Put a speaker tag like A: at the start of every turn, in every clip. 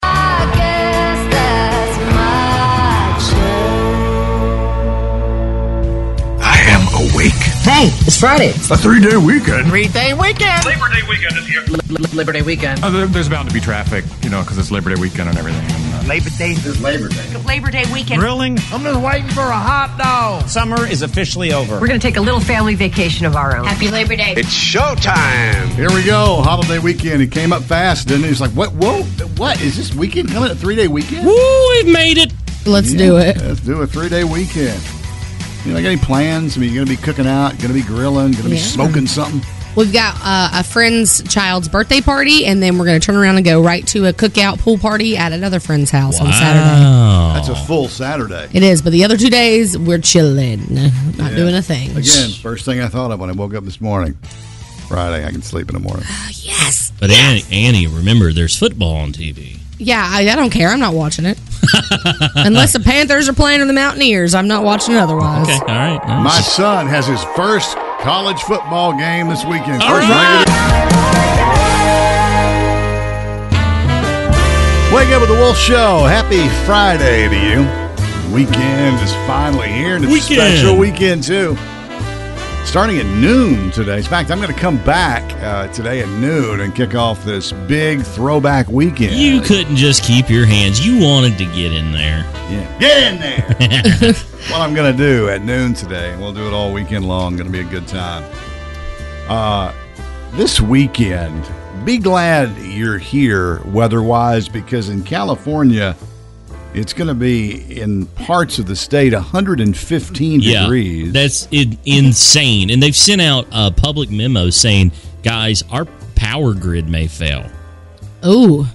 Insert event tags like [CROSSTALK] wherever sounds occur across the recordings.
A: I guess that's my
B: I am awake.
C: Hey, it's Friday. It's
B: A three day weekend.
C: three day weekend.
D: Labor Day weekend is here.
C: Li- li- Labor Day weekend.
E: Uh, there- there's bound to be traffic, you know, because it's Labor Day weekend and everything. And, uh,
B: Labor Day is Labor Day.
F: Labor Day weekend.
E: grilling.
B: I'm just waiting for a hot dog.
G: Summer is officially over.
F: We're going to take a little family vacation of our own. Happy Labor Day.
B: It's showtime.
H: Here we go, holiday weekend. It came up fast, didn't it? It's like, what? Whoa, what is this weekend coming? A three day weekend?
G: Woo, we've made it.
H: Let's do it. Let's do a three day weekend. You know, got any plans? I mean, you're gonna be cooking out, gonna be grilling, gonna be smoking something.
I: We've got uh, a friend's child's birthday party, and then we're going to turn around and go right to a cookout pool party at another friend's house on Saturday.
H: That's a full Saturday.
I: It is, but the other two days we're chilling, not doing a thing.
H: Again, first thing I thought of when I woke up this morning. Friday, I can sleep in the morning.
I: Yes.
G: But Annie, Annie, remember, there's football on TV.
I: Yeah, I, I don't care. I'm not watching it. [LAUGHS] Unless the Panthers are playing or the Mountaineers, I'm not watching it otherwise.
G: Okay, all right.
H: My son has his first college football game this weekend.
G: All
H: First
G: right.
H: regular- Wake up with the Wolf Show. Happy Friday to you. Weekend is finally here, and it's
G: Weekend.
H: a special weekend too. Starting at noon today. In fact, I'm going to come back uh, today at noon and kick off this big throwback weekend.
G: You couldn't just keep your hands. You wanted to get in there.
H: Yeah. Get in there. [LAUGHS] what I'm going to do at noon today, and we'll do it all weekend long. Going to be a good time. Uh, this weekend, be glad you're here weather wise because in California, it's going to be in parts of the state 115 degrees.
G: That's in insane. And they've sent out a public memo saying, guys, our power grid may fail.
I: Ooh.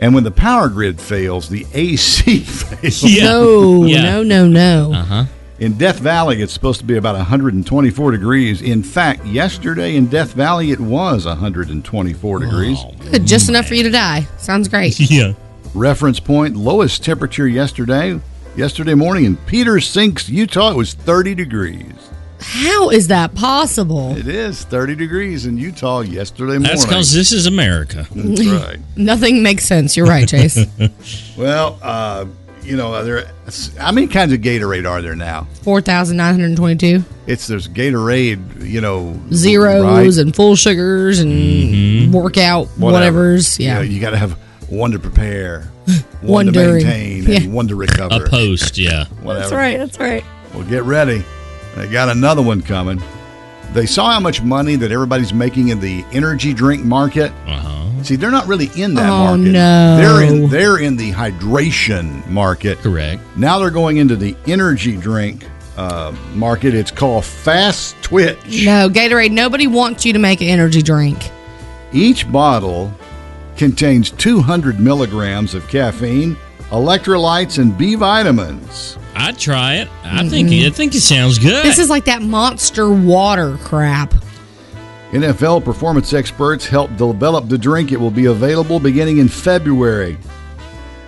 H: and when the power grid fails, the AC [LAUGHS] fails.
I: No,
G: [LAUGHS] Yeah.
I: no, no, no.
G: Uh huh.
H: In Death Valley, it's supposed to be about 124 degrees. In fact, yesterday in Death Valley, it was 124 degrees.
I: Good, just enough for you to die. Sounds great.
G: Oh, [LAUGHS] Yeah.
H: Reference point lowest temperature yesterday, yesterday morning in Peters Sinks, Utah, it was 30 degrees.
I: How is that possible?
H: It is 30 degrees in Utah yesterday morning.
G: That's because this is America.
H: That's
G: [LAUGHS]
H: right.
I: Nothing makes sense. You're right, Chase.
H: Well, uh, you know, are there, how many kinds of Gatorade are there now?
I: 4,922.
H: It's there's Gatorade, you know,
I: zeros
H: right?
I: and full sugars and workout whatever's.
H: You know,
I: Yeah.
H: You, got to have one
I: [LAUGHS]
H: to prepare, one, to
I: during.
H: maintain,
I: Yeah.
H: and one to recover.
G: A post, yeah.
H: Whatever.
I: That's right.
H: Well, get ready. They got another one coming. They saw how much money that everybody's making in the energy drink market.
G: Uh huh.
H: See, they're not really in that
I: Oh,
H: market.
I: no.
H: They're in they're in the hydration market.
G: Correct.
H: Now they're going into the energy drink uh, market. It's called fast twitch.
I: No, Gatorade, nobody wants you to make an energy drink.
H: Each bottle contains 200 milligrams of caffeine, electrolytes, and B vitamins.
G: I'd try it.
F: Mm-hmm.
G: I think I think it sounds good.
I: This is like that monster water crap.
H: NFL performance experts help develop the drink. It will be available beginning in February,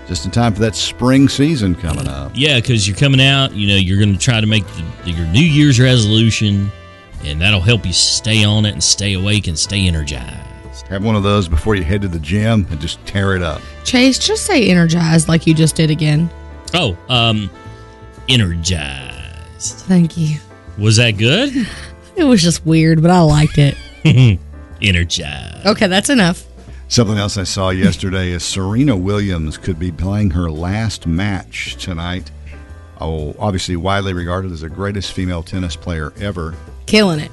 H: just in time for that spring season coming up.
G: Yeah, because you're coming out, you know, you're going to try to make the, the, your New Year's resolution, and that'll help you stay on it and stay awake and stay energized.
H: Have one of those before you head to the gym and just tear it up.
I: Chase, just say energized like you just did again.
G: Oh, um, energized.
I: Thank you.
G: Was that good?
I: It was just weird, but I liked it.
G: Energized.
I: Okay, that's enough.
H: Something else I saw yesterday is Serena Williams could be playing her last match tonight. Oh, obviously widely regarded as the greatest female tennis player ever.
I: Killing it.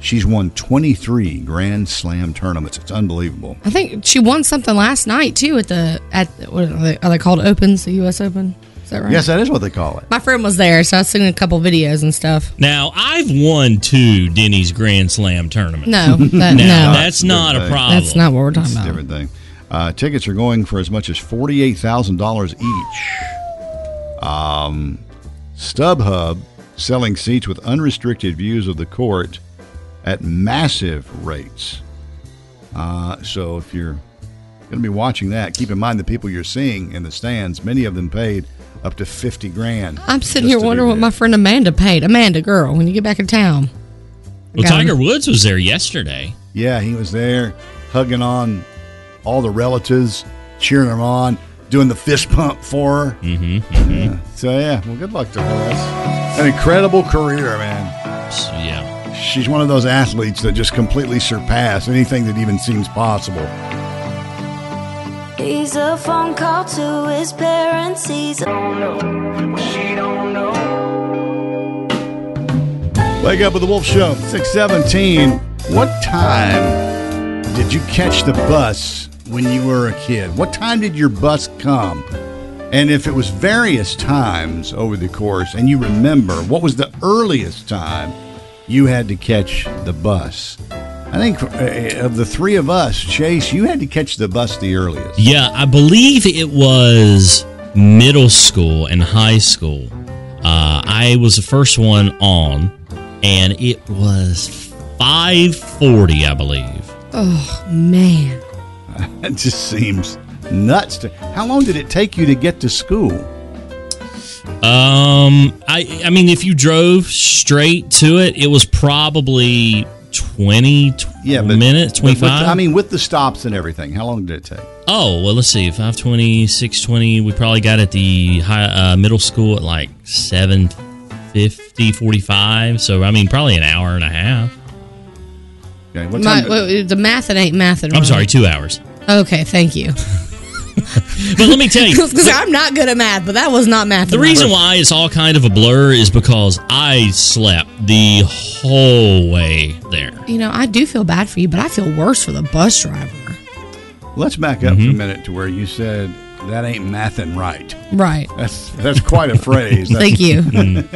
H: She's won 23 Grand Slam tournaments. It's unbelievable.
I: I think she won something last night too at the at what are they, are they called opens the U.S. Open? Is that right?
H: Yes, that is what they call it.
I: My friend was there, so I seen a couple videos and stuff.
G: Now, I've won two Denny's Grand Slam tournaments. [LAUGHS]
I: No, that, no,
G: Now, that's not a
H: That's
G: problem.
I: that's not what we're talking
H: It's a
I: about.
H: different thing. Uh, tickets are going for as much as forty-eight thousand dollars each. Um, StubHub selling seats with unrestricted views of the court at massive rates. Uh, so if you're going to be watching that, keep in mind the people you're seeing in the stands. Many of them paid up to fifty grand.
I: I'm sitting
H: just
I: here
H: to be
I: wondering what
H: there.
I: my friend Amanda paid. Amanda, girl, when you get back in town,
G: Well,
I: Got 'em.
G: Tiger Woods was there yesterday.
H: Yeah, he was there hugging on all the relatives, cheering them on, doing the fist pump for her.
G: Mm-hmm.
H: So yeah, well, good luck to her. That's an incredible career, man.
G: yeah.
H: She's one of those athletes that just completely surpass anything that even seems possible.
A: He's a phone call to his parents. He's a
H: Wake up with the Wolf Show, six seventeen. What time did you catch the bus when you were a kid? What time did your bus come? And if it was various times over the course, and you remember, what was the earliest time you had to catch the bus? I think uh, of the three of us, Chase, you had to catch the bus the earliest. [LAUGHS]
G: Yeah, I believe it was middle school and high school. Uh, I was the first one on, and it was 540, I believe.
I: oh man,
H: It just seems nuts. To, how long did it take you to get to school?
G: Um, I, I mean, if you drove straight to it, it was probably 20, minutes,
H: but with the-
G: 25.
H: I mean, with the stops and everything, how long did it take?
G: Oh, well, let's see. 520, 620. We probably got at the high, uh, middle school at like 750, 45. So, I mean, probably an hour and a half.
H: Okay, what
I: my,
H: time-
I: well, the math it ain't math.
G: I'm sorry, two hours.
I: Okay, thank you. [LAUGHS]
G: But let me tell you,
I: Because I'm not good at math, but that was not math.
G: the reason why it's all kind of a blur is because I slept the whole way there.
I: you know, I do feel bad for you, but I feel worse for the bus driver.
H: Let's back up for a minute to where you said that ain't mathin' right.
I: Right.
H: That's that's quite a phrase. That's,
I: Thank you.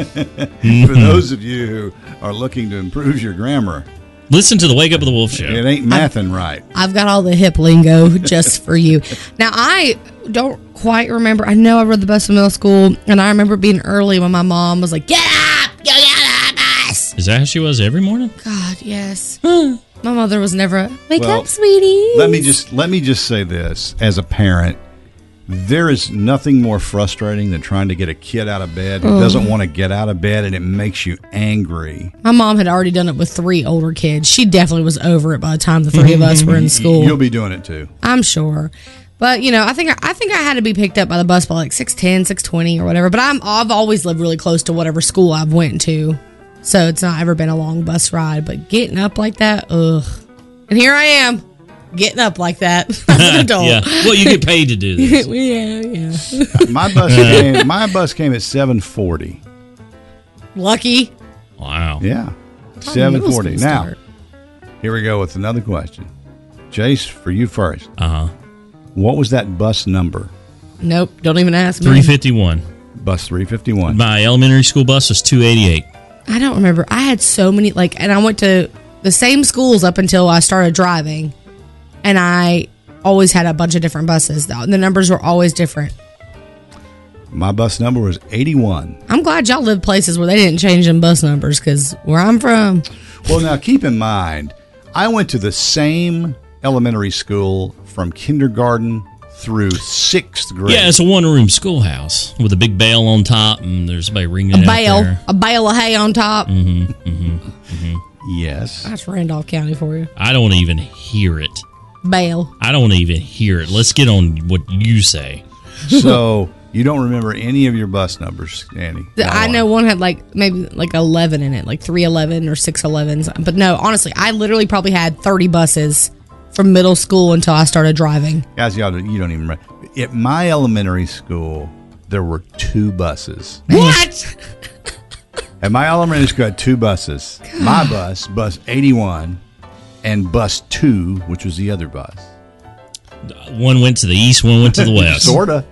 H: for those of you who are looking to improve your grammar,
G: Listen to the Wake Up of the Wolf show.
H: it ain't mathin' right.
I: I've got all the hip lingo [LAUGHS] just for you. Now, I don't quite remember. I know I rode the bus in middle school, and I remember being early when my mom was like, Get up! You get on the bus!
G: Is that how she was every morning?
I: God, yes. my mother was never, Wake
H: Well,
I: up, sweetie.
H: Let me just let me just say this as a parent. There is nothing more frustrating than trying to get a kid out of bed who
I: Mm.
H: doesn't want to get out of bed and it makes you angry.
I: My mom had already done it with three older kids. She definitely was over it by the time the three of us were in school.
H: You'll be doing it too.
I: I'm sure. But you know, I think I think I had to be picked up by the bus by like 610, 620 or whatever. But I'm I've always lived really close to whatever school I've went to. So it's not ever been a long bus ride, but getting up like that, ugh. And here I am, getting up like that [LAUGHS] as an adult.
G: Yeah.
I: yeah.
G: Well, you get paid to do this.
I: yeah,
H: My bus came, my bus came at 7:40.
I: Lucky.
G: Wow.
H: Yeah.
I: Probably middle
H: 7:40.
I: school
H: Now,
I: start.
H: here we go with another question. Jace, for you first.
G: Uh huh.
H: What was that bus number?
I: Nope, don't even ask me.
G: 351.
H: Bus 351.
G: My elementary school bus was 288.
I: I don't remember. I had so many like, and I went to the same schools up until I started driving, and I always had a bunch of different buses. Though the numbers were always different.
H: My bus number was 81.
I: I'm glad y'all lived places where they didn't change them bus numbers because where I'm from,
H: Well, now keep in mind, I went to the same elementary school from kindergarten through sixth grade.
G: Yeah, it's a one room schoolhouse with a big bell on top, and there's somebody ringing
I: a
G: it out
I: bale,
G: there.
I: a bale of hay on top.
H: Yes.
I: That's Randolph County for you.
G: I don't even hear it.
I: Bale.
G: I don't even hear it. Let's get on what you say.
H: so you don't remember any of your bus numbers, Annie.
I: The- I
H: Not
I: know
H: one.
I: one had like maybe like 11 in it, like 311 or 611s. But no, honestly, I literally probably had 30 buses from middle school until I started driving.
H: Guys, y'all, don't- you don't even remember. At my elementary school, there were two buses.
I: What?
H: At my elementary school, I had two buses.
I: [SIGHS]
H: My bus, bus 81, and bus 2, which was the other bus.
G: One went to the east, one went to the west.
H: sort of.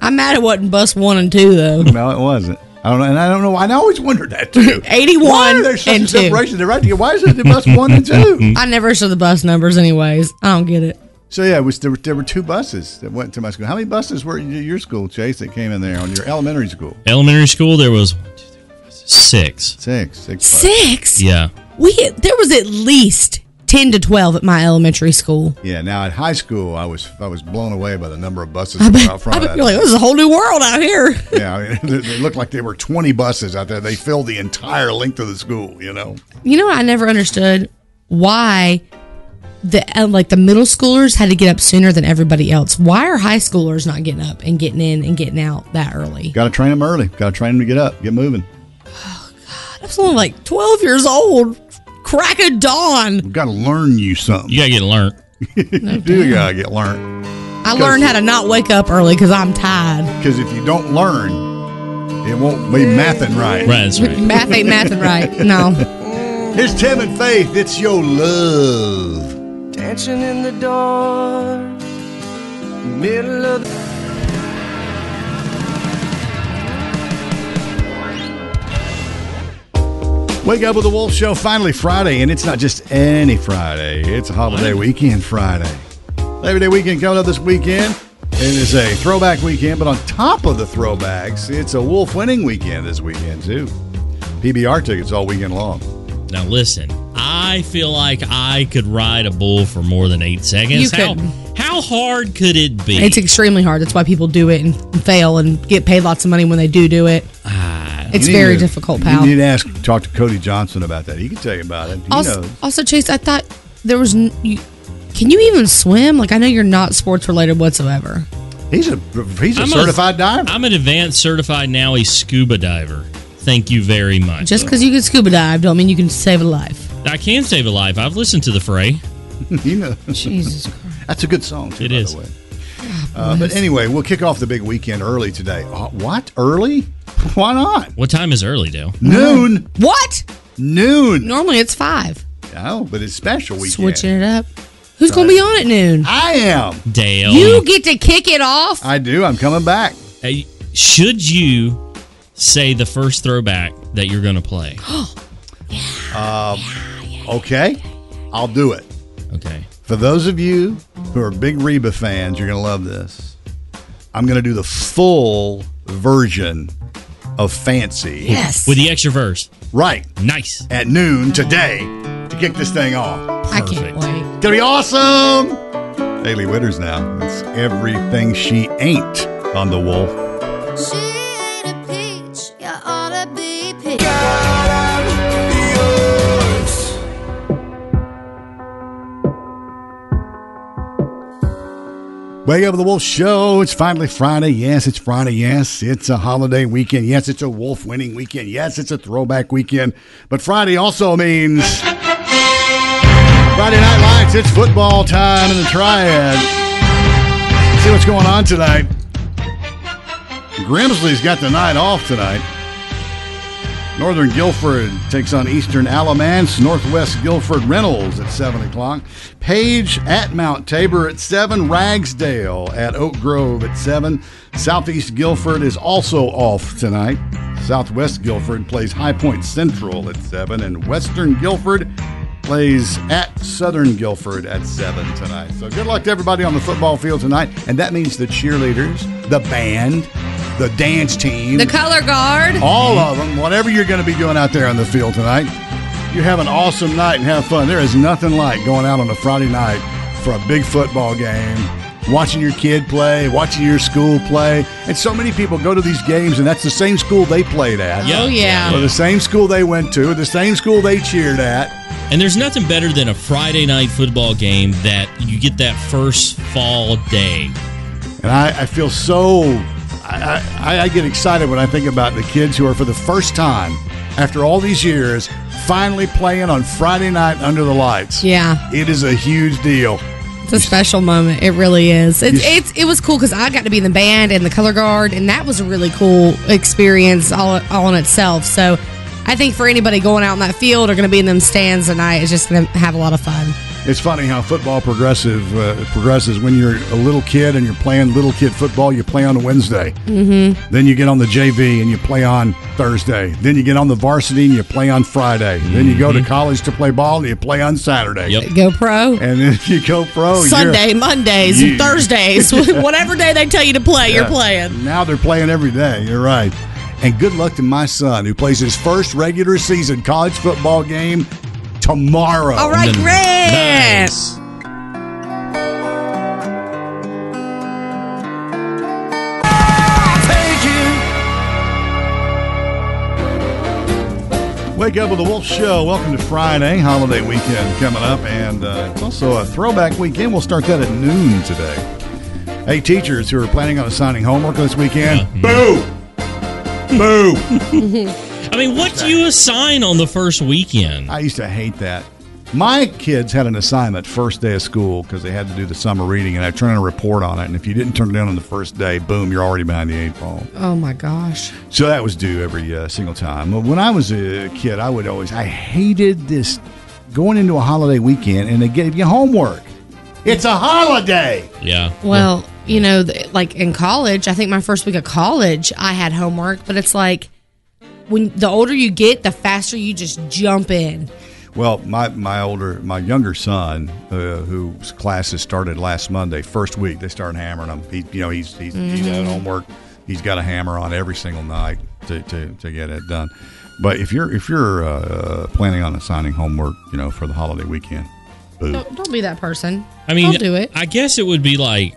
I: I'm mad it wasn't bus one and two though.
H: No, it wasn't. I don't know, and I don't know why. And I always wondered
I: [LAUGHS]
H: that too.
I: 81
H: why are there such
I: and
H: a
I: two.
H: separation? They're right together. Why is it
I: [LAUGHS]
H: the bus one and two?
I: I never saw the bus numbers, anyways. I don't get it.
H: So yeah, it was there, were- there were two buses that went to my school. How many buses were in your school, Chase? That came in there on your elementary school?
G: Elementary school, there was one, two, three, four, five, six. six.
H: Six, six. buses.
I: Six.
G: Yeah.
I: We there was at least ten to twelve at my elementary school.
H: Yeah. Now at high school, I was I was blown away by the number of buses
I: I
H: that
I: bet,
H: were out front.
I: I
H: of
I: bet
H: that.
I: you're like, this is a whole new world out here.
H: yeah, I mean, [LAUGHS] it it looked like there were twenty buses out there. They filled the entire length of the school. You know,
I: You know what? I never understood why the uh, like the middle schoolers had to get up sooner than everybody else. Why are high schoolers not getting up and getting in and getting out that early?
H: got to train them early. Got to train them to get up, get moving.
I: I was only like twelve years old, crack of dawn.
H: We've got to learn you something.
G: You got to get learned.
H: [LAUGHS] you do got to get learned.
I: I learned how to not wake up early because I'm tired.
H: Because if you don't learn, it won't be mathing right.
G: Right, that's right.
I: Math ain't mathing right. No,
H: Here's Tim and Faith. It's your love.
B: Dancing in the dark, middle of the
H: Wake up with the Wolf Show. Finally, Friday, and it's not just any Friday. It's a holiday weekend Friday. Labor Day weekend coming up this weekend. It is a throwback weekend, but on top of the throwbacks, it's a Wolf winning weekend this weekend too. PBR tickets all weekend long.
G: Now listen, I feel like I could ride a bull for more than eight seconds.
I: You
G: how,
I: couldn't.
G: how hard could it be? [LAUGHS]
I: it's extremely hard. That's why people do it and fail and get paid lots of money when they do do it. It's
H: You need
I: very
H: to-
I: difficult, pal.
H: You need to ask, talk to Cody Johnson about that. He can tell you about it. He
I: Also,
H: knows.
I: also, Chase, I thought there was. N- you, can you even swim? Like, I know you're not sports related whatsoever.
H: He's a he's a
G: I'm
H: certified diver. [LAUGHS]
G: I'm an advanced certified now a scuba diver. Thank you very much.
I: Just because you can scuba dive, don't mean you can save a life.
G: I can save a life. I've listened to the fray.
H: you know.
I: Jesus Christ.
H: That's a good song, too,
G: It
H: by
G: is.
H: the way. Uh, but anyway, we'll kick off the big weekend early today. Uh, what? Early? [LAUGHS] Why not?
G: What time is early, Dale?
H: Noon.
I: [LAUGHS] What?
H: Noon.
I: Normally it's five.
H: No, but it's special weekend.
I: Switching it up. Who's going to be on at noon?
H: I am.
G: Dale.
I: You get to kick it off.
H: I do. I'm coming back.
G: Hey, should you say the first throwback that you're going to play? [GASPS]
H: Okay? I'll do it.
G: Okay.
H: For those of you who are big Reba fans, you're going to love this. I'm going to do the full version of Fancy.
I: yes.
G: With the extra verse.
H: Right
G: Nice.
H: at noon today to kick this thing off.
I: I can't
G: Perfect.
I: wait.
H: It's gonna be awesome. Daily Witters now. It's everything she ain't on the wolf.
A: She ain't a peach, you oughta be peach.
H: Wake up with the wolf show. It's finally Friday. Yes, it's Friday. Yes, it's a holiday weekend. Yes, it's a wolf winning weekend. Yes, it's a throwback weekend. But Friday also means Friday Night Lights. It's football time in the triad. See what's going on tonight. Grimsley's got the night off tonight. Northern Guilford takes on Eastern Alamance. Northwest Guilford Reynolds at 7 o'clock. Page at Mount Tabor at 7. Ragsdale at Oak Grove at 7. Southeast Guilford is also off tonight. Southwest Guilford plays High Point Central at 7. And Western Guilford plays at Southern Guilford at 7 tonight. So good luck to everybody on the football field tonight. And that means the cheerleaders, the band, the dance team,
I: The color guard.
H: all of them, whatever you're going to be doing out there on the field tonight, you have an awesome night and have fun. There is nothing like going out on a Friday night for a big football game, watching your kid play, watching your school play. And so many people go to these games, and that's the same school they played at,
I: Oh, yeah.
H: or the same school they went to, or the same school they cheered at.
G: And there's nothing better than a Friday night football game that you get that first fall day.
H: And I, I feel so, I, I, I get excited when I think about the kids who are for the first time after all these years finally playing on Friday night under the lights.
I: Yeah.
H: It is a huge deal.
I: It's a special moment. It really is. It's, it's it was cool because I got to be in the band and the color guard, and that was a really cool experience all all in itself. So, I think for anybody going out in that field or going to be in them stands tonight, it's just going to have a lot of fun.
H: It's funny how football progressive uh, progresses. When you're a little kid and you're playing little kid football, you play on a Wednesday.
I: Mm-hmm.
H: Then you get on the JV and you play on Thursday. Then you get on the varsity and you play on Friday. Then you go to college to play ball and you play on Saturday.
I: Go pro.
H: And then [LAUGHS] you go pro. you're-
I: Sunday, Mondays,
H: Oh, Yeah.
I: and
H: [LAUGHS]
I: Thursdays, [LAUGHS] whatever day they tell you to play, you're
H: Yeah.
I: playing.
H: Now they're playing every day. You're right. And good luck to my son who plays his first regular season college football game tomorrow.
I: All right, Grant.
H: Wake up with the Wolf Show. Welcome to Friday, holiday weekend coming up, and uh, it's also a throwback weekend. We'll start that at noon today. Hey, teachers who are planning on assigning homework this weekend, boo, boo.
G: I mean, what do you assign on the first weekend?
H: I used to hate that. My kids had an assignment first day of school because they had to do the summer reading, and I turned in a report on it. And if you didn't turn it in on the first day, boom, you're already behind the eight ball.
I: Oh my gosh.
H: So that was due every uh, single time. But When I was a kid, I would always I hated this going into a holiday weekend and they gave you homework. It's a holiday.
G: Yeah.
I: Well, you know, th- like in college, I think my first week of college, I had homework, but it's like when the older you get, the faster you just jump in.
H: Well, my my older my younger son, uh, whose classes started last Monday, first week they started hammering him. He you know he's he's, he's
I: Mhm.
H: had homework. He's got a hammer on every single night to, to, to get it done. But if you're if you're uh, planning on assigning homework, you know for the holiday weekend, boo.
I: Don't, don't be that person.
G: I mean,
I: don't do it.
G: I guess it would be like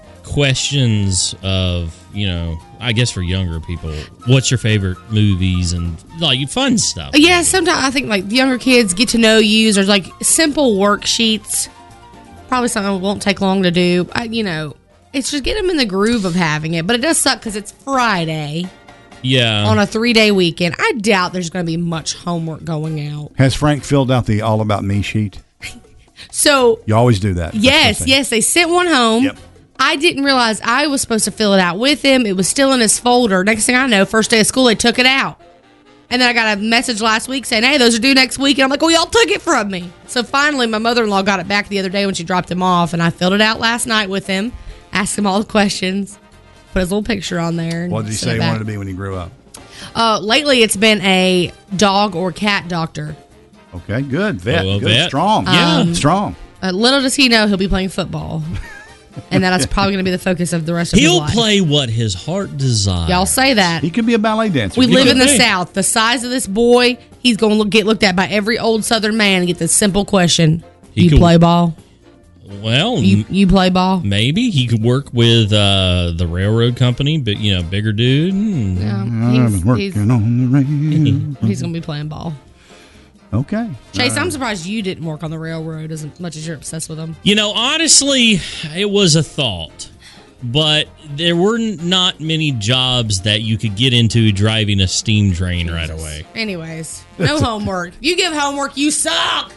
G: questions of, you know, I guess for younger people, what's your favorite movies and like fun stuff.
I: Yeah, sometimes I think like the younger kids get to know you. There's like simple worksheets, probably something that won't take long to do. I, you know, it's just get them in the groove of having it. But it does suck because it's Friday
G: Yeah.
I: on a three day weekend. I doubt there's going to be much homework going out.
H: Has Frank filled out the all about me sheet?
I: So
H: You always do that.
I: Yes, yes, they sent one home. I didn't realize I was supposed to fill it out with him. It was still in his folder. Next thing I know, first day of school, they took it out. And then I got a message last week saying, hey, those are due next week. And I'm like, well, y'all took it from me. So finally, my mother in law got it back the other day when she dropped him off. And I filled it out last night with him, asked him all the questions, put his little picture on there. and
H: What did he
I: sent
H: say
I: it
H: he
I: back.
H: wanted to be when he grew up?
I: Uh, lately, it's been a dog or cat doctor.
H: Okay, good. Vet,
G: Oh, a
H: good,
G: vet.
H: strong.
I: Yeah. Um,
H: strong.
I: Uh, little does he know he'll be playing
H: [LAUGHS]
I: football. and that's probably going to be the focus of the rest of his
G: He'll
I: life.
G: play what his heart desires.
I: Y'all say that.
H: He could be a ballet dancer.
I: We
H: He
I: live
H: could
I: in the
H: be.
I: South. The size of this boy, he's going to look, get looked at by every old Southern man and get this simple question:
G: He Mm.
I: You
G: could-
I: play ball?
G: Well,
I: You you play ball?
G: maybe he could work with uh, the railroad company, but you know, bigger dude. hmm, and-
I: Yeah, Um, he's, he's,
H: on
I: [LAUGHS]
H: the
I: he's going to be playing ball.
H: Okay.
I: Chase, I'm surprised you didn't work on the railroad as much as you're obsessed with them.
G: You know, honestly, it was a thought, but there were not many jobs that you could get into driving a steam train right away.
I: Anyways, no homework. You give homework, you suck.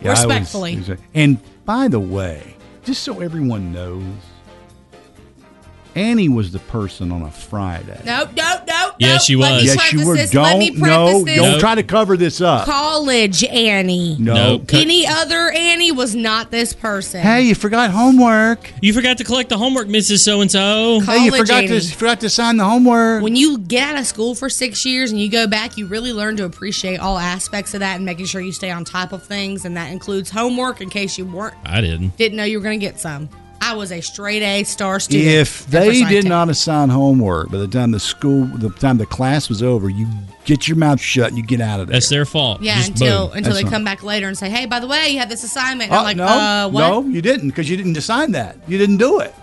I: Respectfully.
H: and by the way, just so everyone knows, Annie was the person on a Friday.
I: no, no, no.
G: Yes, she
I: no. Let me
G: was.
H: yes,
I: preface
H: you were.
I: This. Let
H: Don't
I: me preface
H: no.
I: this.
H: Don't try to cover this up.
I: College Annie.
H: no.
G: Nope. Cut.
I: Any other Annie was not this person.
H: Hey, you forgot homework.
G: You forgot to collect the homework, Mrs. So and so.
H: Hey, you
I: College
H: forgot
I: Annie.
H: to forgot to sign the homework.
I: when you get out of school for six years and you go back, you really learn to appreciate all aspects of that and making sure you stay on top of things, and that includes homework in case you weren't
G: I didn't.
I: didn't know you were going to get some. I was a straight A star student.
H: If
I: at
H: they
I: Forsyth
H: did
I: Tech.
H: not assign homework by the time the school, the time the class was over, you get your mouth shut and you get out of there.
G: That's their fault.
I: yeah,
G: Just
I: until
G: boom.
I: until
H: That's
I: they
H: not-
I: come back later and say, hey, by the way, you had this assignment.
H: Uh,
I: I'm like,
H: no,
I: uh, what?
H: no, you didn't because you didn't assign that. You didn't do it.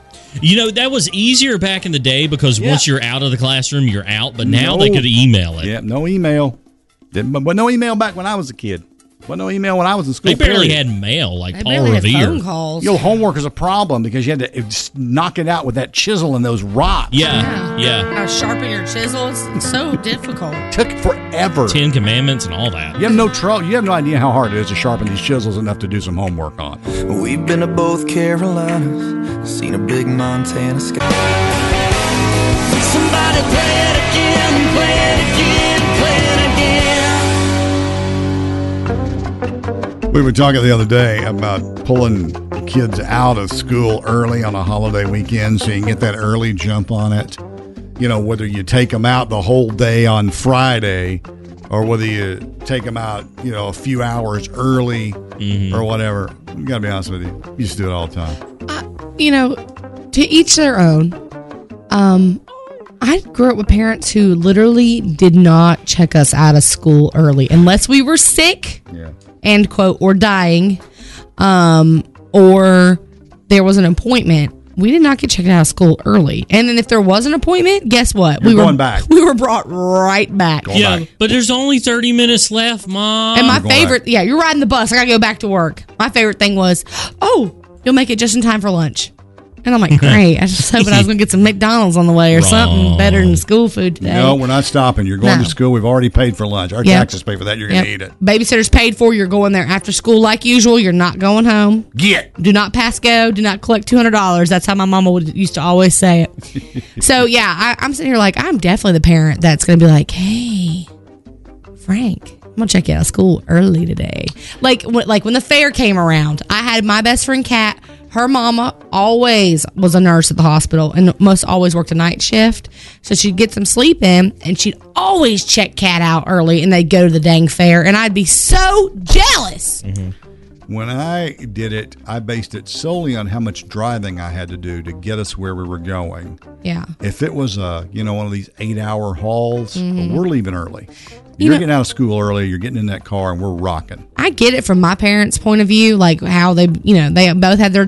G: You know, that was easier back in the day because
H: Yeah.
G: once you're out of the classroom, you're out, but now
H: No.
G: they could email it.
H: Yeah, no email. Didn't, but, but no email back when I was a kid. Well, no email when I was in
G: They
H: school.
G: barely
H: period.
G: had mail like
I: They
G: Paul
I: barely had
G: Revere.
I: phone calls.
H: Yo, homework is a problem because you had to it's- knock it out with that chisel and those rocks.
G: Yeah, yeah.
I: How sharpen your chisel is
H: [LAUGHS]
I: so difficult.
H: took forever.
G: Ten Commandments and all that.
H: You have no trouble. You have no idea how hard it is to sharpen these chisels enough to do some homework on.
B: We've been to both Carolinas, seen a big Montana sky.
A: Somebody play it again, play it again, play it again.
H: We were talking the other day about pulling kids out of school early on a holiday weekend so you can get that early jump on it. You know, whether you take them out the whole day on Friday or whether you take them out, you know, a few hours early or whatever. You got to be honest with you. You used to do it all the time.
I: you know, to each their own. Um, I grew up with parents who literally did not check us out of school early unless we were sick,
H: Yeah.
I: and quote, or dying, um, or there was an appointment. We did not get checked out of school early, and then if there was an appointment, guess what?
H: You're
I: we
H: going
I: were
H: back.
I: [LAUGHS] We were brought right back.
H: Going
G: Yeah,
H: back.
G: but there's only 30 minutes left, Mom.
I: And my
H: going back.
I: favorite, yeah, you're riding the bus. I gotta go back to work. My favorite thing was, oh, you'll make it just in time for lunch. And I'm
H: [LAUGHS]
I: like, great. I just hoping I was gonna get some McDonald's on the way or
G: Wrong.
I: something better than school food today.
H: No, we're not stopping. You're going
I: No.
H: to school. We've already paid for lunch. Our
I: Yep.
H: taxes pay for that. You're going
I: Yep.
H: to eat it.
I: Babysitter's paid for. You're going there after school like usual. You're not going home.
H: Get.
I: Do not pass go. Do not collect two hundred dollars. That's how my mama would used to always say it. so yeah, I, I'm sitting here like I'm definitely the parent that's gonna be like, hey, Frank, I'm gonna check you out of school early today. Like when, like when the fair came around, I had my best friend Kat. Her mama always was a nurse at the hospital and most always worked a night shift. So she'd get some sleep in and she'd always check Kat out early and they'd go to the dang fair. And I'd be so jealous.
H: When I did it, I based it solely on how much driving I had to do to get us where we were going.
I: Yeah.
H: If it was a, you know, one of these eight-hour hauls, we're leaving early.
I: Mm-hmm. You
H: You're
I: know-
H: getting out of school early. You're getting in that car, and we're rocking.
I: I get it from my parents' point of view, like how they, you know, they both had their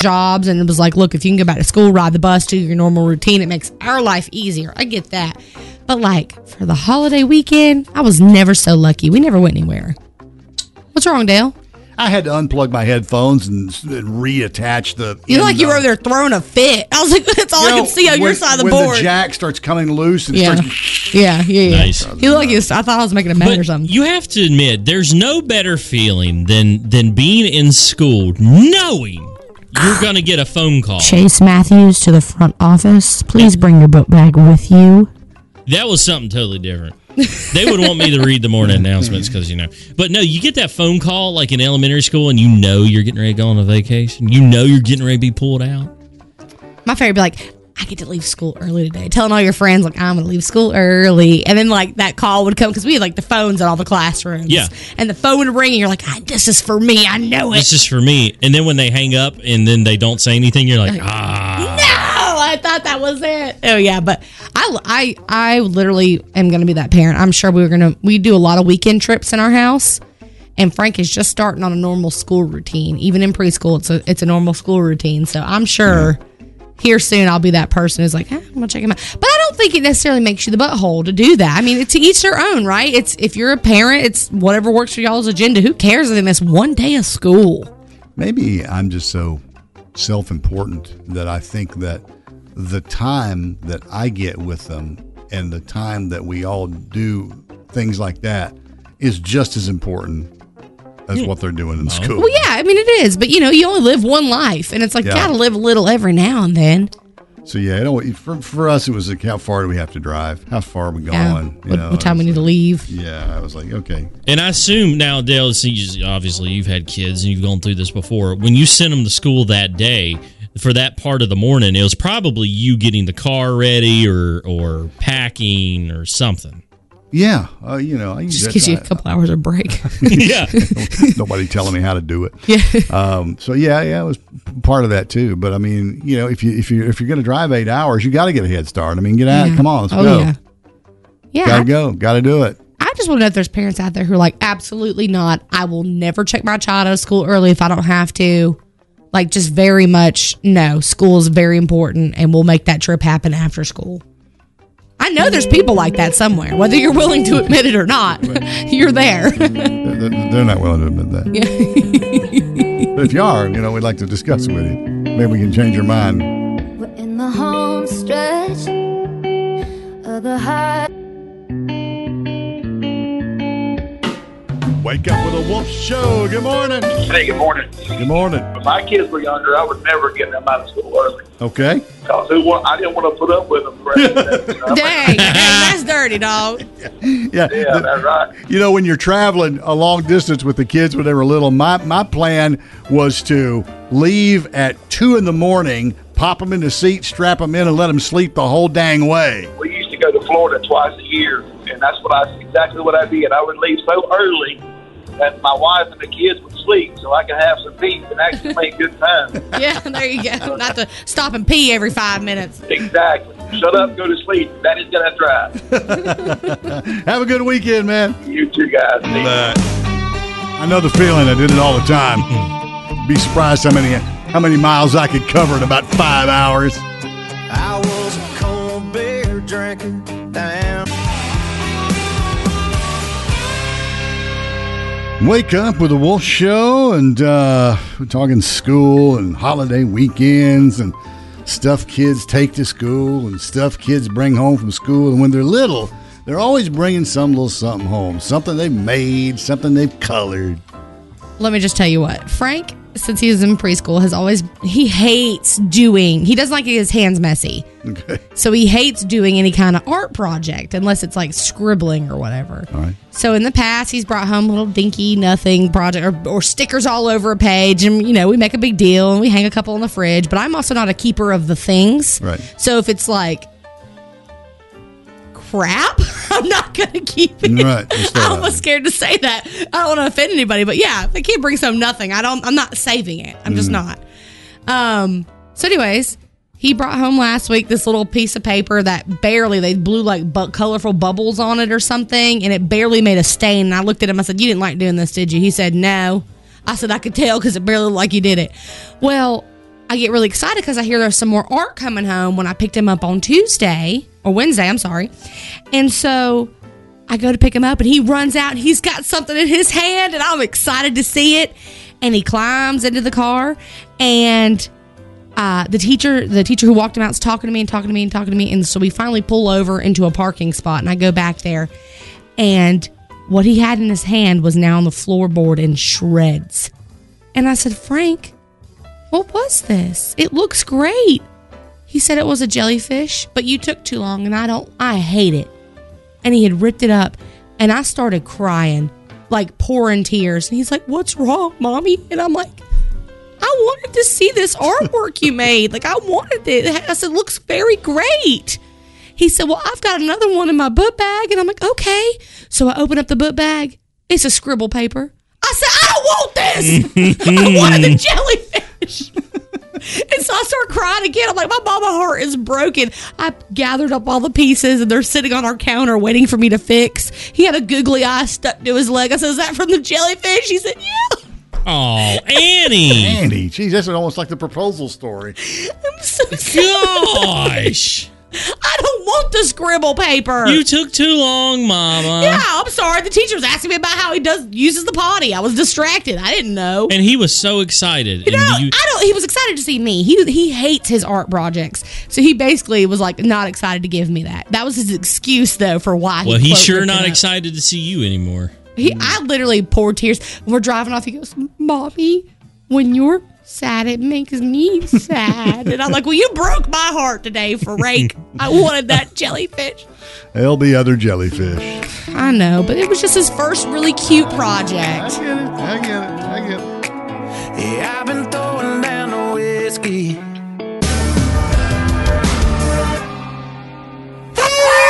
I: jobs and it was like, look, if you can go back to school, ride the bus, do your normal routine, it makes our life easier. I get that. But like for the holiday weekend, I was never so lucky. We never went anywhere. What's wrong, Dale?
H: I had to unplug my headphones and, s- and reattach the.
I: You look like
H: end
I: you were
H: of-
I: over there throwing a fit. I was like, [LAUGHS] that's all
H: You
I: I
H: know,
I: can see on your
H: when-
I: side of the
H: when
I: board.
H: the jack starts coming loose and
I: Yeah.
H: starts.
I: yeah, yeah, yeah.
G: Nice.
I: He looked like he was, I thought I was making a mess or something.
G: You have to admit, there's no better feeling than than being in school knowing you're gonna get a phone call.
J: Chase Matthews to the front office. Please bring your book bag with you.
G: That was something totally different. they would want me to read the morning announcements because you know. But no, you get that phone call like in elementary school, and you know you're getting ready to go on a vacation. You know you're getting ready to be pulled out.
I: My favorite would be like, I get to leave school early today. Telling all your friends, like, I'm going to leave school early. And then, like, that call would come because we had, like, the phones in all the classrooms.
G: Yeah.
I: And the phone would ring, and you're like, "Ah, this is for me. I know it.
G: This is for me. And then when they hang up and then they don't say anything, you're like, ah.
I: Oh, I thought that was it. Oh yeah, but I I I literally am going to be that parent. I'm sure we were going to we do a lot of weekend trips in our house. And Frank is just starting on a normal school routine. Even in preschool, it's a it's a normal school routine. So I'm sure here soon I'll be that person who's like, "Ah, I'm gonna check him out. But I don't think it necessarily makes you the butthole to do that. I mean, it's to each their own, right? It's if you're a parent, it's whatever works for y'all's agenda. Who cares if they miss one day of school?
H: Maybe I'm just so self important that I think that the time that I get with them and the time that we all do things like that is just as important as what they're doing in school.
I: Hmm. Well, yeah, I mean it is, but you know, you only live one life, and it's like
H: Yeah.
I: gotta live a little every now and then.
H: So, yeah, it always, for, for us, it was like, how far do we have to drive? How far are we
I: Yeah.
H: going? You
I: What,
H: know,
I: what time we need to leave?
H: Yeah, I was like, okay.
G: And I assume now, Dale, this is- obviously you've had kids and you've gone through this before. When you sent them to school that day for that part of the morning, it was probably you getting the car ready or or packing or
H: [LAUGHS]
G: something.
H: Yeah, uh, you know, I
I: Just gives you a couple hours of
H: [LAUGHS]
I: break.
G: yeah,
H: nobody telling me how to do it.
I: Yeah.
H: [LAUGHS] Um, so yeah, yeah, it was p- part of that too. But I mean, you know, if you if you if you're going to drive eight hours, you got to get a head start. I mean, get out,
I: Yeah.
H: come on, let's
I: Oh,
H: go.
I: yeah. Yeah,
H: gotta
I: I-
H: go, gotta do it.
I: I just want to know if there's parents out there who are like, absolutely not. I will never check my child out of school early if I don't have to. Like, just very much, no, school is very important and we'll make that trip happen after school. I know there's people like that somewhere, whether you're willing to admit it or not, [LAUGHS] you're there.
H: They're, they're- they're not willing to admit
I: [LAUGHS]
H: that. but if you are, you know, we'd like to discuss it with you. Maybe we can change your mind.
A: We're in the home stretch of the high.
H: Wake up with a wolf show. Good morning.
K: Hey, good morning.
H: Good morning.
K: When my kids were younger, I would never get them out of school early
H: Okay.
K: because who wa- I didn't want to put up with them. For
I: Dang, [LAUGHS] that's dirty, dog.
H: Yeah.
K: yeah, that's right.
H: You know, when you're traveling a long distance with the kids when they were little, my, my plan was to leave at two in the morning, pop them in the seat, strap them in, and let them sleep the whole dang way.
K: We used to go to Florida twice a year, and that's what I exactly what I did. I would leave so early that my wife and the kids would sleep, so I could have some peace and actually make good time.
I: Yeah, there you go. Not to stop and pee every five minutes.
K: Exactly. Shut up, go to sleep. That is gonna drive.
H: [LAUGHS] Have a good weekend, man.
K: You two guys.
H: I know the feeling. I did it all the time. Be surprised how many how many miles I could cover in about five hours.
A: I was a cold beer drinking down.
H: Wake up with a Wolf Show, and uh, we're talking school and holiday weekends and stuff kids take to school and stuff kids bring home from school. And when they're little, they're always bringing some little something home, something they've made, something they've colored.
I: Let me just tell you what Frank, since he was in preschool, has always he hates doing. He doesn't like his hands messy,
H: Okay.
I: so he hates doing any kind of art project unless it's like scribbling or whatever.
H: All right.
I: So in the past, he's brought home little dinky nothing project or, or stickers all over a page, and you know we make a big deal and we hang a couple in the fridge. But I'm also not a keeper of the things,
H: Right.
I: So if it's like crap, [LAUGHS] I'm not gonna keep it.
H: Right,
I: [LAUGHS]
H: just throw it
I: I
H: out
I: almost scared to say that. I don't want to offend anybody, but yeah, if a kid brings home nothing, I don't. I'm not saving it. I'm just
H: Mhm.
I: not. Um. So, anyways, he brought home last week this little piece of paper that barely they blew like bu- colorful bubbles on it or something, and it barely made a stain. And I looked at him. I said, "You didn't like doing this, did you?" He said, "No." I said, "I could tell because it barely looked like you did it." Well, I get really excited because I hear there's some more art coming home when I picked him up on Tuesday or Wednesday. I'm sorry, and so. I go to pick him up and he runs out and he's got something in his hand and I'm excited to see it. and he climbs into the car and uh, the teacher the teacher who walked him out's talking to me and talking to me and talking to me and so we finally pull over into a parking spot and I go back there and what he had in his hand was now on the floorboard in shreds. And I said, "Frank, what was this? It looks great." He said it was a jellyfish, but you took too long and I don't I hate it. And he had ripped it up and I started crying, like pouring tears. And he's like, "What's wrong, Mommy?" And I'm like, I wanted to see this artwork you made. Like I wanted it. I said, looks very great. He said, Well, I've got another one in my book bag. And I'm like, okay. So I open up the book bag. It's a scribble paper. I said, I don't want this. [LAUGHS] I wanted the jellyfish. [LAUGHS] and so I start crying again. I'm like, my mama heart is broken. I gathered up all the pieces and they're sitting on our counter waiting for me to fix. He had a googly eye stuck to his leg. I said, Is that from the jellyfish? He said, Yeah. [LAUGHS]
G: Oh, Annie.
H: Annie. Jeez, that's almost like the proposal story.
I: I'm so
G: Gosh.
I: I don't want the scribble paper.
G: You took too long, Mama.
I: Yeah, I'm sorry. The teacher was asking me about how he does uses the potty. I was distracted. I didn't know.
G: And he was so excited.
I: You
G: and
I: know,
G: you-
I: I don't. He was excited to see me. He he hates his art projects, so he basically was like not excited to give me that. That was his excuse though for why.
G: well, he's
I: quote,
G: sure
I: ripped it
G: not
I: up.
G: excited to see you anymore.
I: He, I literally poured tears. When we're driving off, he goes, "Mommy, when you're sad, it makes me sad." and I'm like, "Well, you broke my heart today, Frank. I wanted
G: [LAUGHS]
I: that jellyfish."
H: There'll be other jellyfish.
I: I know, but it was just his first really cute project. I
H: get it. I get it. I get it.
A: Yeah, I've been throwing down the whiskey.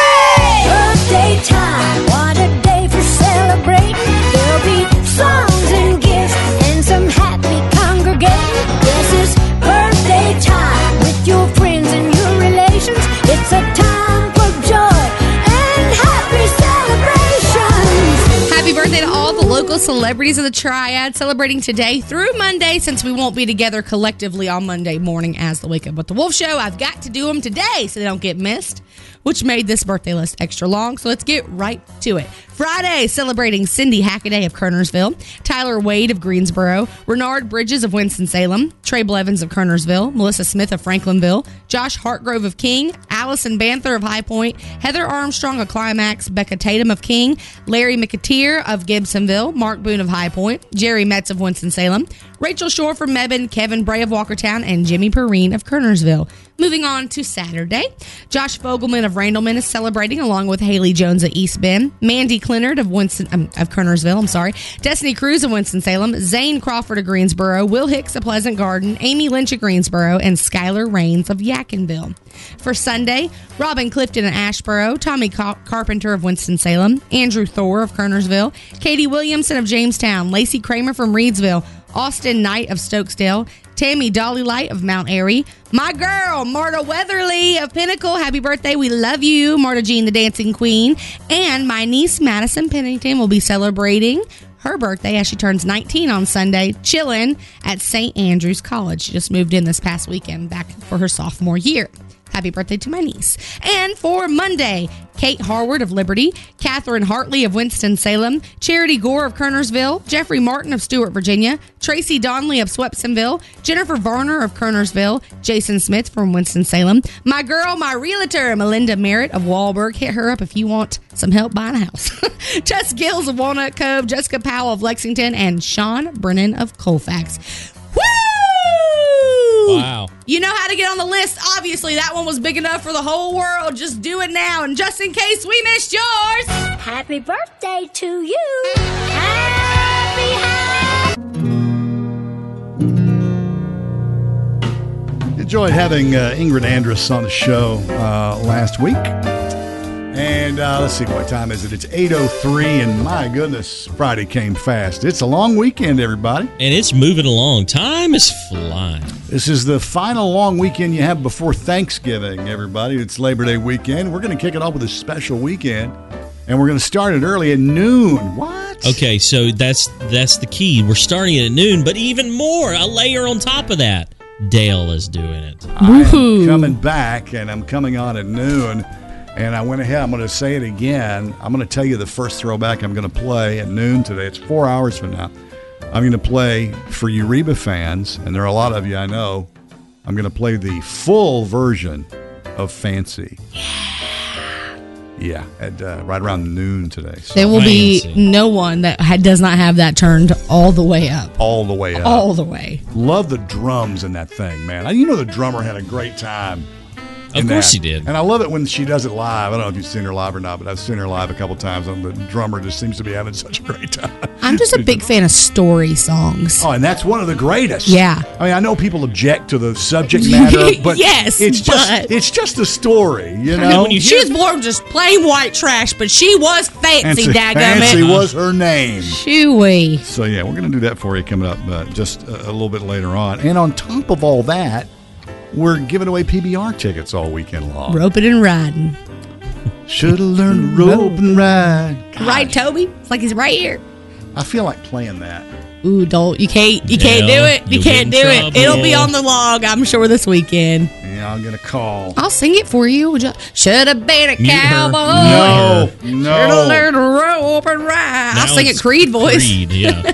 L: Birthday time, what a day for celebrating. There'll be songs and gifts and some happy congregating. This is birthday time with your friends and your relations. It's a time for joy and happy celebrations.
I: Happy birthday to all the local celebrities of the Triad celebrating today through Monday since we won't be together collectively on Monday morning as the Wake Up with the Wolf show. I've got to do them today so they don't get missed, which made this birthday list extra long. So let's get right to it. Friday, celebrating Cindy Hackaday of Kernersville, Tyler Wade of Greensboro, Renard Bridges of Winston-Salem, Trey Blevins of Kernersville, Melissa Smith of Franklinville, Josh Hartgrove of King, Allison Banther of High Point, Heather Armstrong of Climax, Becca Tatum of King, Larry McAteer of Gibsonville, Mark Boone of High Point, Jerry Metz of Winston-Salem, Rachel Shore from Mebane, Kevin Bray of Walkertown, and Jimmy Perrine of Kernersville. Moving on to Saturday, Josh Fogelman of Randleman is celebrating along with Haley Jones of East Bend, Mandy Clinard of Winston um, of Kernersville, I'm sorry, Destiny Cruz of Winston Salem, Zane Crawford of Greensboro, Will Hicks of Pleasant Garden, Amy Lynch of Greensboro, and Skylar Rains of Yakinville. For Sunday, Robin Clifton of Ashboro, Tommy Car- Carpenter of Winston Salem, Andrew Thor of Kernersville, Katie Williamson of Jamestown, Lacey Kramer from Reedsville, Austin Knight of Stokesdale, Tammy Dolly Light of Mount Airy, my girl Marta Weatherly of Pinnacle. Happy birthday! We love you, Marta Jean, the Dancing Queen, and my niece Madison Pennington will be celebrating her birthday as she turns 19 on Sunday, chilling at St. Andrews College. She just moved in this past weekend, back for her sophomore year. Happy birthday to my niece. And for Monday, Kate Harward of Liberty, Catherine Hartley of Winston-Salem, Charity Gore of Kernersville, Jeffrey Martin of Stewart, Virginia, Tracy Donley of Swepsonville, Jennifer Varner of Kernersville, Jason Smith from Winston-Salem, my girl, my realtor, Melinda Merritt of Wahlberg. Hit her up if you want some help buying a house. [LAUGHS] Jess Gills of Walnut Cove, Jessica Powell of Lexington, and Sean Brennan of Colfax. Woo!
G: Wow.
I: You know how to get on the list. Obviously, that one was big enough for the whole world. Just do it now. And just in case we missed yours,
L: happy birthday to you.
H: Enjoyed having uh, Ingrid Andress on the show uh, last week. And uh, let's see, what time is it? It's 8.03, and my goodness, Friday came fast. It's a long weekend, everybody.
G: And it's moving along. Time is flying.
H: This is the final long weekend you have before Thanksgiving, everybody. It's Labor Day weekend. We're going to kick it off with a special weekend, and we're going to start it early at noon. What?
G: Okay, so that's that's the key. We're starting it at noon, but even more, a layer on top of that. Dale is doing it.
H: I'm coming back and I'm coming on at noon. And I went ahead, I'm going to say it again. I'm going to tell you the first throwback I'm going to play at noon today. It's four hours from now. I'm going to play for Eureba fans, and there are a lot of you I know. I'm going to play the full version of Fancy. Yeah, at uh, right around noon today. So
I: There will be no one that ha- does not have that turned all the way up.
H: all the way up.
I: All the way.
H: Love the drums in that thing, man. You know the drummer had a great time.
G: Of
H: in
G: course
H: that.
G: he did.
H: And I love it when she does it live. I don't know if you've seen her live or not, but I've seen her live a couple times. And the drummer just seems to be having [LAUGHS] such a great time.
I: I'm just a big fan of story songs.
H: [LAUGHS] Oh, and that's one of the greatest.
I: Yeah.
H: I mean, I know people object to the subject matter,
I: [LAUGHS]
H: but
I: Yes,
H: it's just
I: but-
H: it's just a story, Oh, you know.
I: She's more of just plain white trash, but she was fancy,
H: Fancy-
I: dadgummit.
H: Fancy was her name.
I: Chewy.
H: So yeah, we're going to do that for you coming up uh, just a, a little bit later on. And on top of all that, we're giving away PBR tickets all weekend long.
I: Roping and riding.
H: Should have learned to rope and ride.
I: Right, Toby? It's like he's right here.
H: I feel like playing that.
I: Ooh, don't you can't you can't do
H: Yeah,
I: it. You
H: you'll
I: can't do
H: get in
I: it. It'll be
H: trouble.
I: on the log, I'm sure, this weekend.
H: Yeah, I'm gonna call.
I: I'll sing it for you. Would you- Should have been a
H: Mute her.
I: cowboy.
H: No,
I: Should have
H: no.
I: learned Oh! to rope and ride.
H: Now
I: I'll sing it
H: it's
I: Creed voice. [LAUGHS]
H: Creed, yeah.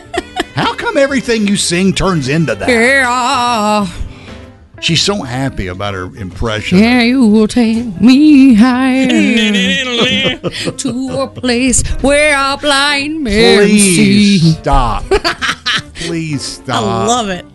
H: How come everything you sing turns into that?
I: Yeah.
H: She's so happy about her impression.
I: Yeah, you will take me
H: [LAUGHS]
I: higher to a place where a blind man
H: Please
I: sees. [LAUGHS]
H: stop. Please stop.
I: I love it.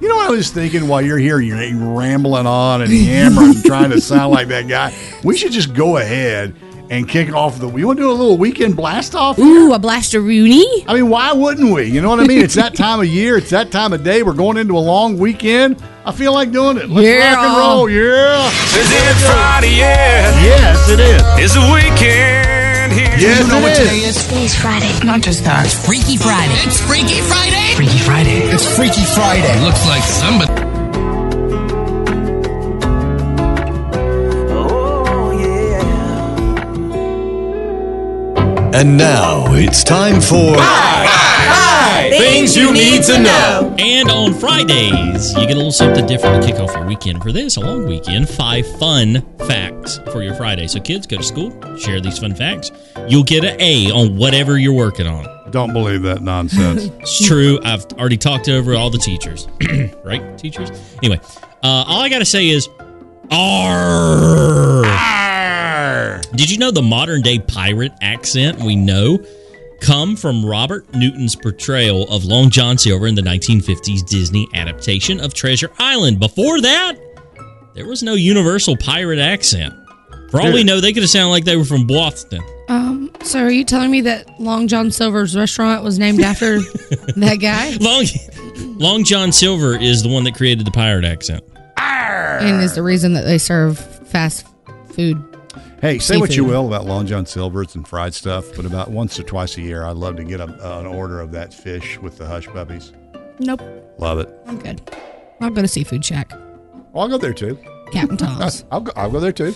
H: You know what I was thinking while you're here, you're rambling on and yammering, trying to sound like that guy. We should just go ahead and kick off the. You want to do a little weekend blast off?
I: Ooh, a blasteroony.
H: I mean, why wouldn't we? You know what I mean? It's that time of year. It's that time of day. We're going into a long weekend. I feel like doing it. Let's rock and roll. Yeah.
A: Is it Friday yet?
H: Yes, it is.
A: Is the weekend here?
H: Yes, it is.
A: Today's Friday. Not just that. It's Freaky Friday. It's Freaky Friday.
M: Freaky Friday. It's Freaky Friday. Looks like somebody.
N: And now it's time for
G: And on Fridays, you get a little something different to kick off your weekend. For this, a long weekend, five fun facts for your Friday. So, kids, go to school, share these fun facts. You'll get an A on whatever you're working on.
H: Don't believe that nonsense.
G: It's true. I've already talked over all the teachers, [CLEARS THROAT] right? Teachers. Anyway, uh, all I gotta say is, R. Did you know the modern day pirate accent we know come from Robert Newton's portrayal of Long John Silver in the 1950s Disney adaptation of Treasure Island? Before that, there was no universal pirate accent. For all we
H: Dude.
G: know, they could have sounded like they were from Boston.
I: Um, so are you telling me that Long John Silver's restaurant was named
H: [LAUGHS]
I: after that guy?
G: Long, [LAUGHS] Long John Silver is the one that created the pirate accent.
I: And is the reason that they serve fast food.
H: Hey, say what you
I: seafood.
H: will about Long John Silver's and fried stuff, but about once or twice a year, I'd love to get a, an order of that fish with the hush puppies.
I: Nope,
H: Love it.
I: I'm good. I'll go to Seafood Shack.
H: I'll go there too. [LAUGHS]
I: Captain Tom's.
H: I'll go, I'll go there too.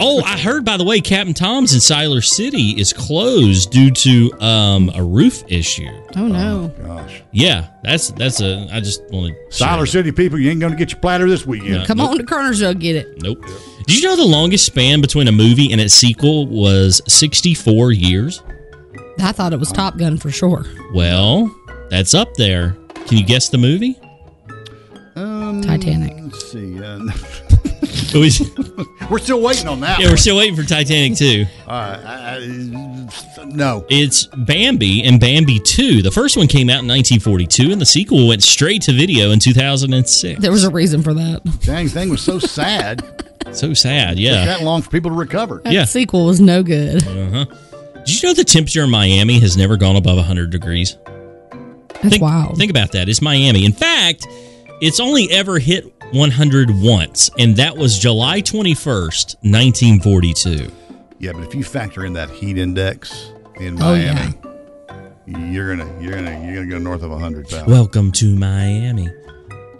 G: Oh, I heard by the way, Captain Tom's in Siler City is closed due to um, a roof issue.
I: Oh no.
H: Gosh.
G: Yeah, that's that's a. I just wanted
H: Siler City people, you ain't going to get your platter this weekend.
I: Come on to Kernersville, get it.
G: Nope. Did you know the longest span between a movie and its sequel was 64 years?
I: I thought it was Top Gun for sure.
G: Well, that's up there. Can you guess the movie?
I: Titanic.
H: Let's see. Uh, [LAUGHS]
G: It was- [LAUGHS]
H: we're still waiting on that.
G: yeah, we're still waiting for Titanic 2.
H: All right. I, I, no.
G: It's Bambi and Bambi 2. The first one came out in 1942, and the sequel went straight to video in 2006.
I: There was a reason for that.
H: Dang, thing was so [LAUGHS] sad.
G: So sad,
H: Took
G: yeah.
H: that long for people to recover.
I: That sequel was no good.
G: Uh-huh. Did you know the temperature in Miami has never gone above 100 degrees?
I: That's wild.
G: Think about that. It's Miami. In fact, it's only ever hit 100 once, and that was July 21st, 1942.
H: Yeah, but if you factor in that heat index in
G: Oh,
H: Miami, you're gonna you're gonna you're gonna go north of 100. pal.
G: Welcome to Miami.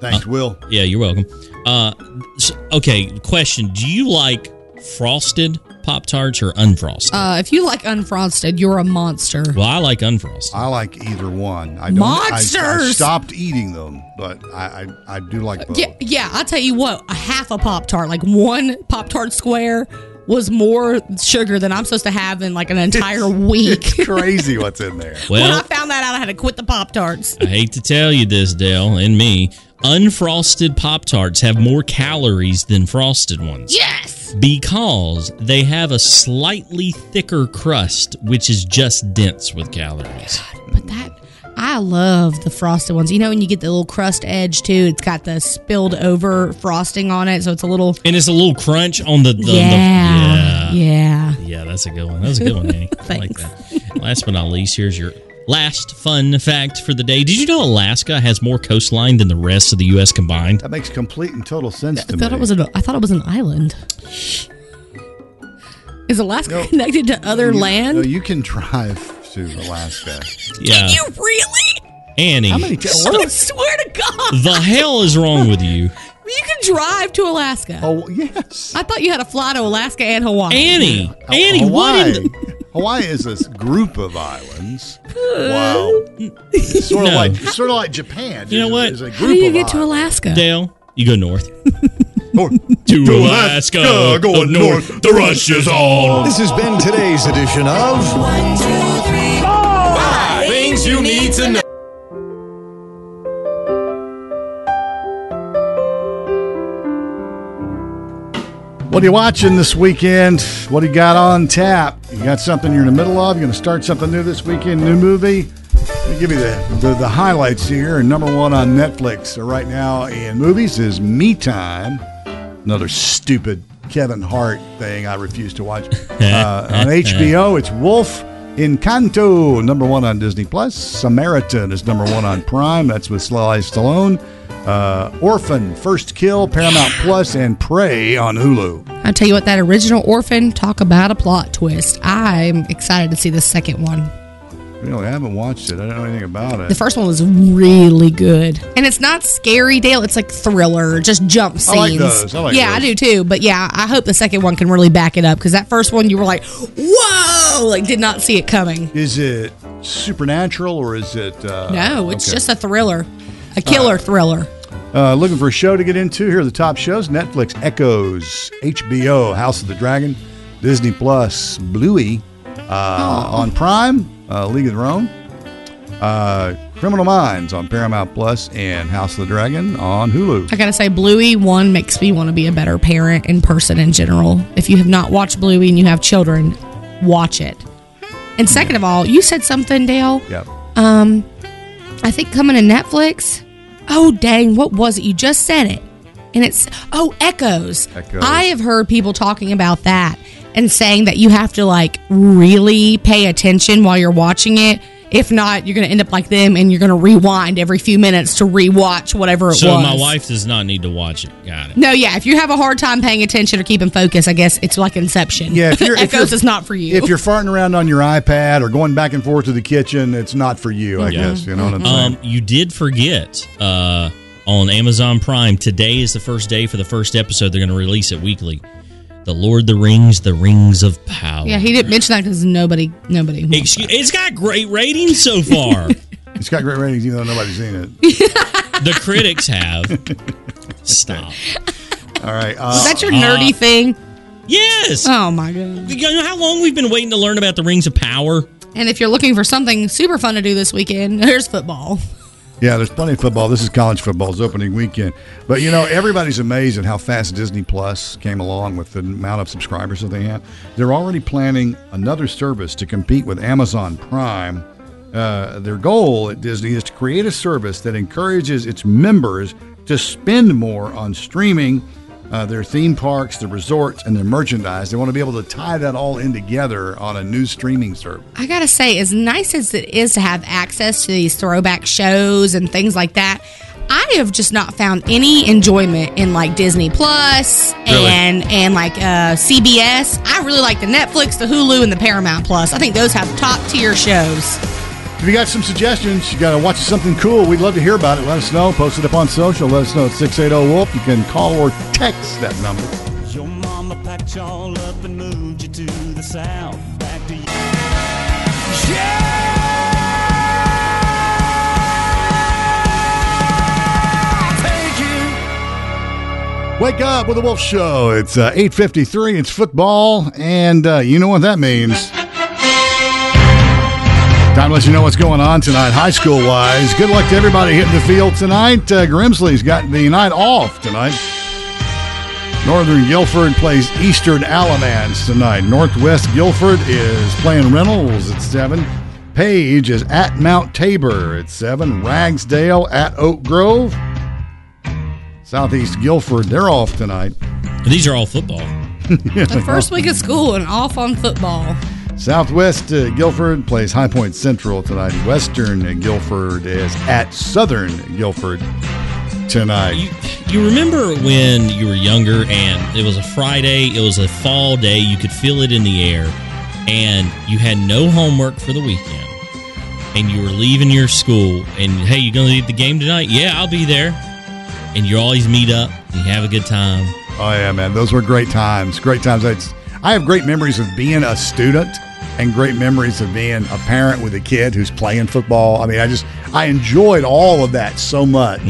H: Thanks, Will.
G: Yeah, you're welcome. Uh, s- okay, question. Do you like frosted Pop Tarts or unfrosted?
I: Uh, if you like unfrosted, you're a monster.
G: well, I like unfrosted.
H: I like either one. I I, I
I: Monsters!
H: stopped eating them, but I I, I do like both. [LAUGHS]
I: Yeah, yeah. I'll tell you what. A half a pop tart, like one pop tart square was more sugar than I'm supposed to have in like an
G: [LAUGHS]
I: entire week.
H: It's crazy what's in there.
I: when I
G: Well,
I: found that out, I had to quit the Pop Tarts.
G: I hate to tell you this, Dale and me. Unfrosted Pop Tarts have more calories than frosted ones.
I: Yes!
G: Because they have a slightly thicker crust, which is just dense with calories.
I: I love the frosted ones. You know, when you get the little crust edge too, it's got the spilled over frosting on it, so it's a little.
G: And it's a little crunch on the. the, the-
I: Yeah,
G: yeah.
I: yeah.
G: Yeah, that's a good one. That was a good one, Annie. I like that. Last but not least, here's your last fun fact for the day. Did you know Alaska has more coastline than the rest of the U.S. combined?
H: That makes complete and total sense
I: I
H: to
I: thought
H: me.
I: it was an. I thought it was an island. Is Alaska connected to other
H: You-
I: land?
H: No, you can drive to Alaska.
G: Yeah.
I: You really?
G: Annie,
H: How many? T-
I: I swear to God,
G: the hell is wrong
A: [LAUGHS]
G: with you?
I: you can drive to Alaska.
H: Oh yes.
I: I thought you had to fly to Alaska and
A: Oh,
I: Hawaii.
G: Annie,
H: Hawaii. Hawaii is this group of islands.
I: Uh, [LAUGHS]
H: Wow. It's sort of
G: No.
H: like sort of like Japan.
G: You know what?
H: It's a group
I: How do you
H: of
I: get to
H: islands.
I: Alaska?
G: Dale, you go north.
I: [LAUGHS]
G: to,
N: To
G: Alaska,
N: Alaska,
G: going north, the rush is on.
N: This has been today's edition of
A: Things you need to know.
H: What are you watching this weekend? What do you got on tap? You got something you're in the middle of? You're going to start something new this weekend? New movie? Let me give you the, the, the highlights here. And number one on Netflix right now in movies is Me Time. Another stupid Kevin Hart thing I refuse to watch. Uh, on HBO, it's Wolf Encanto, number one on Disney Plus. Samaritan is number one on Prime. That's with Sly Stallone. Uh, Orphan, First Kill, Paramount Plus, and Prey on Hulu.
I: I tell you what, that original Orphan, talk about a plot twist. I'm excited to see the second one.
H: Really, I haven't watched it. I don't know anything about it.
I: The first one was really good. And it's not scary, Dale. It's like thriller, just jump scenes.
H: I like those. I like
I: yeah, I do too. But yeah, I hope the second one can really back it up because that first one, you were like, whoa, like did not see it coming.
H: Is it supernatural or is it? Uh,
I: no, it's
H: okay.
I: just a thriller, a killer thriller.
H: Uh, looking for a show to get into. Here are the top shows: Netflix, Echoes, HBO, House of the Dragon, Disney Plus, Bluey, uh,
I: Oh.
H: on Prime, uh, League of Their Own, uh, Criminal Minds on Paramount Plus, and House of the Dragon on Hulu.
I: I gotta say, Bluey one makes me want to be a better parent and person in general. If you have not watched Bluey and you have children, watch it. And second of all, you said something, Dale.
H: Yep.
I: Um, I think coming to Netflix. Oh dang, what was it? You just said it, and it's oh Echoes.
A: Echoes.
I: I have heard people talking about that and saying that you have to like really pay attention while you're watching it. If not, you're gonna end up like them, and you're gonna rewind every few minutes to rewatch whatever it
G: So
I: was.
G: my wife does not need to watch it. Got it.
I: No, yeah. If you have a hard time paying attention or keeping focus, I guess it's like Inception. [LAUGHS]
H: Yeah, if you're, if
I: Echoes
H: you're-
I: is not for you.
H: If you're farting around on your iPad or going back and forth to the kitchen, it's not for you. I guess you know what I'm
I: Uh,
H: saying.
G: Um, you did forget uh, on Amazon Prime. Today is the first day for the first episode. They're going to release it weekly. The Lord of the Rings, the Rings of Power.
I: yeah, he didn't mention that because nobody, nobody.
G: Excuse, it's got great ratings so far.
H: it's got great ratings, even though nobody's seen it.
G: the critics have. Stop.
H: All right. Uh,
I: Is that your nerdy thing?
G: Yes.
I: Oh my god.
G: You know how long we've been waiting to learn about the Rings of Power?
I: And if you're looking for something super fun to do this weekend, [LAUGHS] there's football.
H: Yeah, there's plenty of football. This is college football's opening weekend. But you know, everybody's amazed at how fast Disney Plus came along with the amount of subscribers that they have. They're already planning another service to compete with Amazon Prime. Uh, their goal at Disney is to create a service that encourages its members to spend more on streaming uh, their theme parks, their resorts, and their merchandise. They want to be able to tie that all in together on a new streaming service.
I: I gotta say, as nice as it is to have access to these throwback shows and things like that, I have just not found any enjoyment in like Disney Plus
A: Really?
I: and and like uh, CBS. I really like the Netflix, the Hulu, and the Paramount Plus. I think those have top tier shows.
H: If you got some suggestions, you got to watch something cool, we'd love to hear about it. Let us know. Post it up on social. Let us know at 680 Wolf. You can call or text that number.
A: Your mama packed y'all up and moved you to the south. Back to you. Yeah! Take you.
H: Wake up with the Wolf Show. It's uh, 8.53. It's football, and uh, you know what that means. Time to let you know what's going on tonight, high school wise. Good luck to everybody hitting the field tonight. Uh, Grimsley's got the night off tonight. Northern Guilford plays Eastern Alamance tonight. Northwest Guilford is playing Reynolds at 7. Page is at Mount Tabor at 7. Ragsdale at Oak Grove. Southeast Guilford, they're off tonight.
G: These are all football.
I: The first week of school and off on football.
H: Southwest uh, Guilford plays High Point Central tonight. Western uh, Guilford is at Southern Guilford tonight.
G: You remember when you were younger and it was a Friday, it was a fall day, you could feel it in the air, and you had no homework for the weekend, and you were leaving your school, and hey, you going to leave the game tonight? Yeah, I'll be there. And you always meet up, and you have a good time.
H: Oh yeah, man, those were great times. Great times. It's, I have great memories of being a student and great memories of being a parent with a kid who's playing football. I mean, I just I enjoyed all of that so much.